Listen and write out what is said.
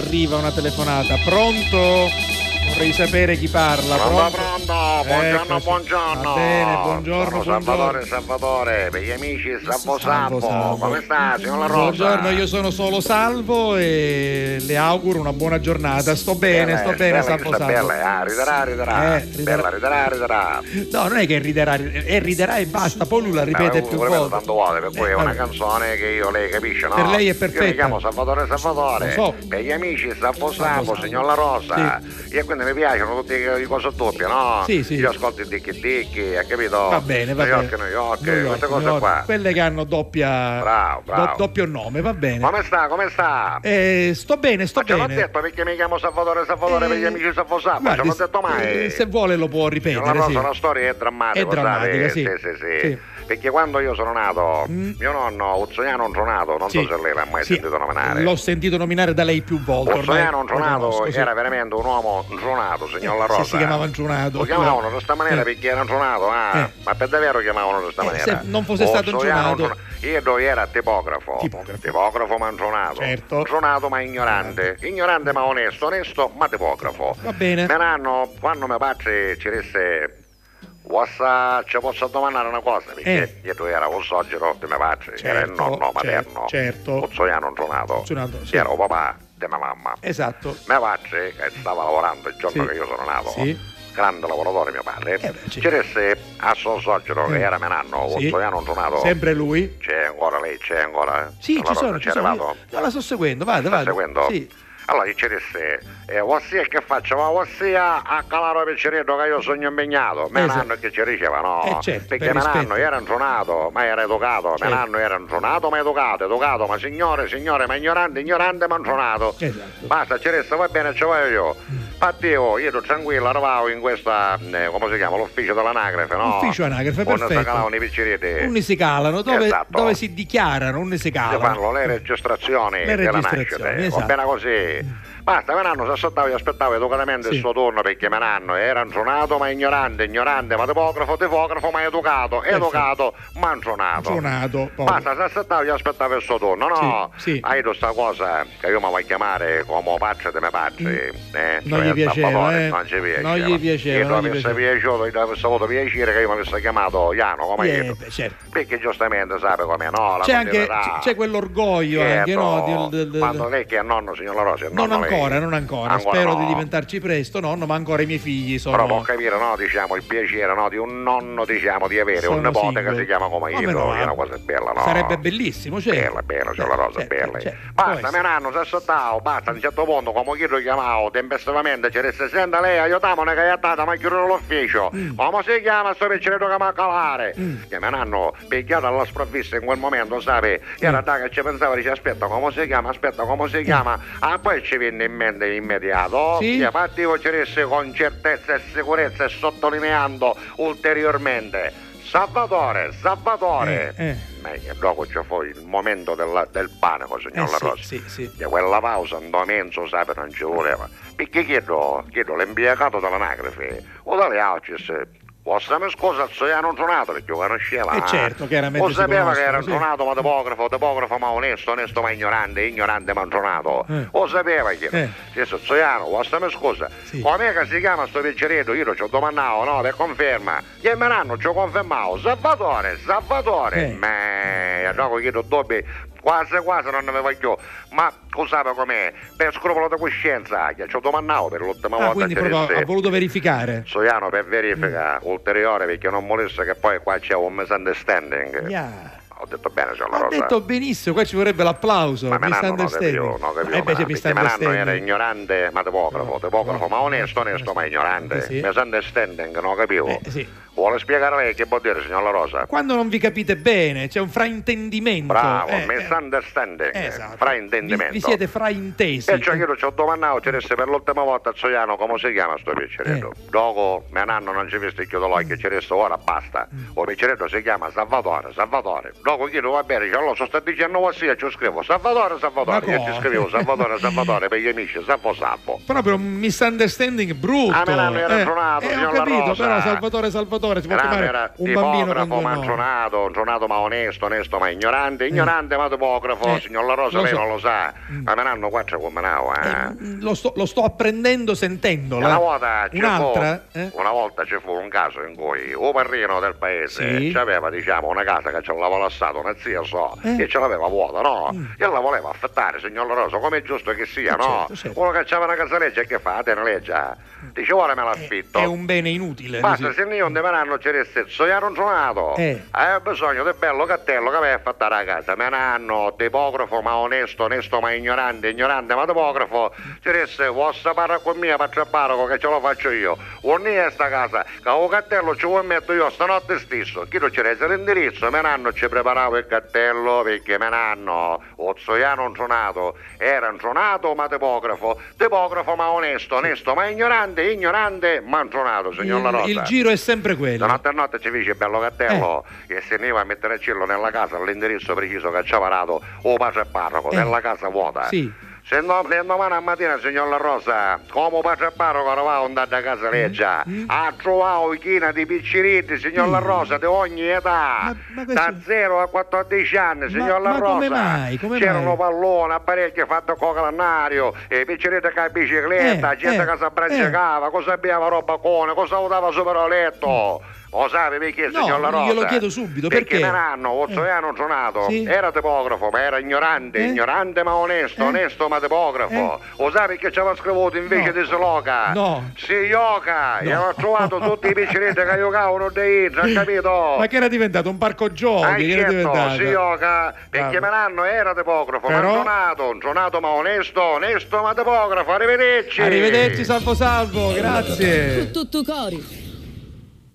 Arriva una telefonata, pronto? Vorrei sapere chi parla. Pronto, Pronto? pronto, buongiorno, Eccoci. buongiorno. Va bene, buongiorno, Sono Salvatore, buongiorno. Salvatore, per gli amici Salvo Salvo, Salvo. Salvo. Come sta, signora Rosa? Buongiorno, io sono solo Salvo e le auguro una buona giornata. Sto bene, sto bene, Salvo sta Salvo. Bella, ah, riderà, riderà. Eh, riderà. Bella, riderà, riderà. No, non è che riderà, e riderà e basta, poi lui la ripete Eh, più quello volte. tanto vuole, per cui Eh, è una vabbè. canzone che io lei capisce, no? Per lei è Io perfetta. mi chiamo Salvatore Salvatore. Lo so. Per gli amici Salvo Salvo, Salvo, Salvo. signora Rosa. E quindi mi piacciono tutti i cose doppie, no? Sì, sì. Io ascolto i dicchi dicchi, hai capito? Va bene, va New bene. York, New York, New York, queste cose New York. qua. Quelle che hanno doppia Bravo, bravo. do- doppio nome, va bene. Come sta? Come sta? Eh, sto bene, sto Ma ce l'ho bene. detto perché mi chiamo Salvatore Salvatore Eh, per gli amici Salvo Salvo, guardi, ce l'ho detto mai. eh, Se vuole lo può ripetere, La sì. nostra la storia è drammatica, È drammatica, guardate, sì. Sì, sì, Sì. Perché quando io sono nato, Mm. mio nonno Uzzoniano Antronato, non Sì. so se lei l'ha mai Sì, sentito nominare. L'ho sentito nominare da lei più volte. ormai Uzzoniano lo Antronato conosco, sì. era veramente un uomo antronato, signor La Eh, sì, Rosa. si chiamava Antronato. Lo chiamavano Oppure- in questa maniera Eh. perché era antronato, ah, Eh. ma per davvero chiamavano in questa Eh, maniera. se non fosse stato Uzzoniano antronato. antronato. Io dove era tipografo. Tipografo. ma antronato. Certo. Antronato ma ignorante. Ignorante ma onesto, onesto ma tipografo. Va bene. Mio nonno, quando mio padre ci disse "Wassa, ci posso domandare una cosa? Perché dietro era un soggetto di mio padre, era il Eh. Certo, nonno cer- materno, certo. Pozzoiano tronato, Tronato, sì. era un papà di mia mamma. Esatto. Mio padre, che stava lavorando il giorno Sì. Diciamo che io sono nato, Sì. grande lavoratore mio padre, Eh beh, sì. ci disse a suo soggetto Eh. che era mio nonno, Sì. Pozzoiano tronato. Sempre lui? C'è ancora lei, c'è ancora? eh. Sì, Allora, ci sono, c'è ci sono. arrivato? io- no, la sto seguendo, vada, Sta vada. seguendo? Sì. Allora ci disse, eh, ossia che faccio? Ma ossia a Calaro Picciretto che io sono impegnato. Me Esatto. nanno che ci diceva no. Eh, certo, Perché per me rispetto. nanno era intronato, ma era educato. Certo. Me nanno era intronato, ma educato, educato, ma signore, signore, ma ignorante, ignorante, ma intronato. Esatto. Basta, ci resta, va bene, ci voglio io. Mm. Infatti io, io ero tranquillo, eravamo in questa, eh, come si chiama, l'ufficio dell'anagrafe, no? Ufficio anagrafe, Quando si perfetto. calavano i picciretti. Unni si calano, dove, Esatto. dove si dichiarano, unni si Io calano. Mm. parlo le registrazioni Le della registrazioni, nascita, eh, esatto. va bene così. Basta, Menanno si aspettava, io aspettavo educatamente Sì. il suo turno perché Menanno era antronato ma ignorante, ignorante, ma tipografo, tipografo ma educato, Perfetto. educato ma Mm. antronato. Tronato, proprio. Basta, si aspettava, io aspettavo il suo turno, no? Sì, sì. Hai questa cosa che io mi voglio chiamare come pace di me pace. Eh, Mm. Non cioè, gli piaceva, Salvatore, eh. Non gli piaceva. Non gli piaceva, Io non gli mi avesse piaceva. piaciuto, gli avesse avuto piacere che io mi avessi chiamato Iano, come Eh, io. beh, certo. Perché giustamente sape come no, la C'è anche continuità. c'è- c'è quell'orgoglio anche, no? del- del- del- Quando lei che è nonno, signor La Rosa, è non nonno lei. ancora, non ancora. Ancora Spero no. di diventarci presto, nonno, ma ancora i miei figli sono. Però può capire, no, diciamo, il piacere no, di un nonno, diciamo, di avere un sono nipote che single. si chiama come Ma io, meno è male. una cosa bella, no? Sarebbe bellissimo, certo. Bella, bella, signor La Beh, Rosa, certo, bella. certo, può Basta, essere. mio nonno si è assottato, basta, a un certo punto, come io lo chiamavo, tempestivamente, ci disse, senta lei, aiutamone che è stata, ma chiudo l'ufficio. Mm. Come si chiama sto piccino che mi ha calare? Che mio nonno, picchiato alla sprovvista in quel momento, sai, Mm. era da che ci pensava, dice, aspetta, come si chiama, aspetta, come si chiama? Ah, poi ci venne in mente immediato, Sì. che partivo ci disse con certezza e sicurezza e sottolineando ulteriormente. Salvatore, Salvatore! Eh, eh. Ma che dopo c'è fu il momento della- del panico, signor Eh, La sì, Rosa. sì, sì. Di quella pausa andò menso, sa, non ci voleva. Perché chiedo, chiedo l'impiegato dell'anagrafe, o dalle alcis, Possami scusa, se io non sonato perché lo conosceva. Eh, ah. certo, chiaramente Lo si sapeva che conoscono, era sì. intonato ma topografo, topografo ma onesto, onesto ma ignorante, ignorante ma intonato. Eh. Lo sapeva che. Eh. Sì, so, Zoiano, possami scusa. Sì. Com'è che si chiama sto picceretto? Io lo ci ho domandato, no, per conferma. Gli emeranno, ci ho confermato. Salvatore, Salvatore. Eh. Ma dopo chiedo dubbi, quasi quasi non ne avevo più. Ma lo sapeva com'è? Per scrupolo di coscienza, che ci ho domandato per l'ultima Ah, volta. quindi ci proprio disse- ha voluto Mm. verificare. Soiano per verifica ulteriore perché non volesse che poi qua c'è un misunderstanding. Yeah. Ho detto bene, c'è una Ha rosa. detto benissimo, qua ci vorrebbe l'applauso. ma Menanno non capivo, misunderstanding. non capivo. Eh, beh, c'è Menanno, perché Menanno era misunderstanding. ignorante ma No, topografo, no. topografo, ma onesto, onesto, ma ignorante. Ah, Sì. Misunderstanding, non capivo. Eh, sì. Vuole spiegare lei che può dire, signor La Rosa? Quando non vi capite bene, c'è un fraintendimento. Bravo, Eh, eh, misunderstanding, esatto. fraintendimento. Vi, vi siete fraintesi. E cioè io ci ho domandato, ci resta per l'ultima volta a Zoiano come si chiama sto picceretto. Eh. Dopo mio nonno non ci veste chiudo l'occhio, ci resta ora basta. Mm. O picceretto si chiama Salvatore, Salvatore. Dopo chiedo va bene, dice allora sono stato dicendo così e ci scrivo Salvatore, Salvatore. Ma Io ci come? scrivevo Salvatore, Salvatore per gli amici, Salvo Salvo. Proprio un misunderstanding brutto. Ah, Milano era eh, suonato, eh, ho signor La capito, Rosa. però Salvatore Salvatore giovane si può Grande chiamare era un bambino tipografo, con due nomi. manzonato, manzonato ma onesto, onesto ma ignorante, ignorante ma tipografo, Eh, signor La Rosa, lo lei so. Mm. non lo sa, ma me ne hanno quattro come me ne hanno, eh. Eh, lo, sto, lo sto apprendendo sentendola. Una volta, ci Eh, Un'altra? fu, eh? una volta ci fu un caso in cui un parrino del paese Sì. ci aveva diciamo, una casa che ce l'aveva lasciata una zia so, Eh. Mm. e ce l'aveva vuota, no? Io la voleva affittare, signor La Rosa, come è giusto che sia, Eh, no? certo, certo. Mm. Uno che c'aveva una casaleggia che fa? Te ne leggia. Dice, ora me l'affitto. Eh, È un bene inutile. Basta, dici. se io non mi hanno c'era il stesso, io ero suonato. Eh. Avevo bisogno del bello cattello che mi ha fatto la casa. Me ne hanno tipografo ma onesto, onesto ma ignorante, ignorante ma tipografo. C'era se vuoi sapere con me, faccio il parroco che ce lo faccio io. Ogni è sta casa, che un cattello ci vuoi metto io stanotte stesso. Chi non c'era il l'indirizzo, me ne hanno ci preparavo il cattello perché me ne hanno. Ozzoiano un suonato, era un suonato ma tipografo, tipografo ma onesto, onesto ma ignorante, ignorante ma un suonato, signor La il, Rosa. il giro è Eh. sempre La quello. notte a notte ci fece bello cattello e se ne iva a mettere il cielo nella casa all'indirizzo preciso che ci ha parato o pace e parroco, Eh. nella casa vuota. Sì. Se no, se domani a mattina, signor La Rosa, come pace e parroco eravamo andati a Mm, casa leggia, a trovare china di picciritti, signor La Rosa, di ogni età, Mm. Ma- ma questo- da 0 a 14 anni, signor La ma Rosa. come mai? Come C'erano mai? pallone, apparecchi fatto con calennario, e picciritti che a bicicletta, Eh, gente eh, che si abbracciava, cosa beva roba cone, cosa usava sopra letto. Lo sape perché, No, signor La Rosa? glielo chiedo subito, perché? Eh. me l'hanno, Ozzaiano suonato, Sì. era tipografo, ma era ignorante, Eh? ignorante ma onesto, Eh? onesto ma tipografo. Lo sa perché ci aveva scritto No. invece di sloca? No. Si yoga, gli aveva trovato tutti i picciritti che giocavano dei ha capito? Ma che era diventato un parco giochi? Ah, che era certo, diventato? si yoga, Bravo. perché Melano era tipografo, ma Però- suonato, suonato ma onesto, onesto ma tipografo, arrivederci. Arrivederci, salvo salvo, grazie. Tutto cori.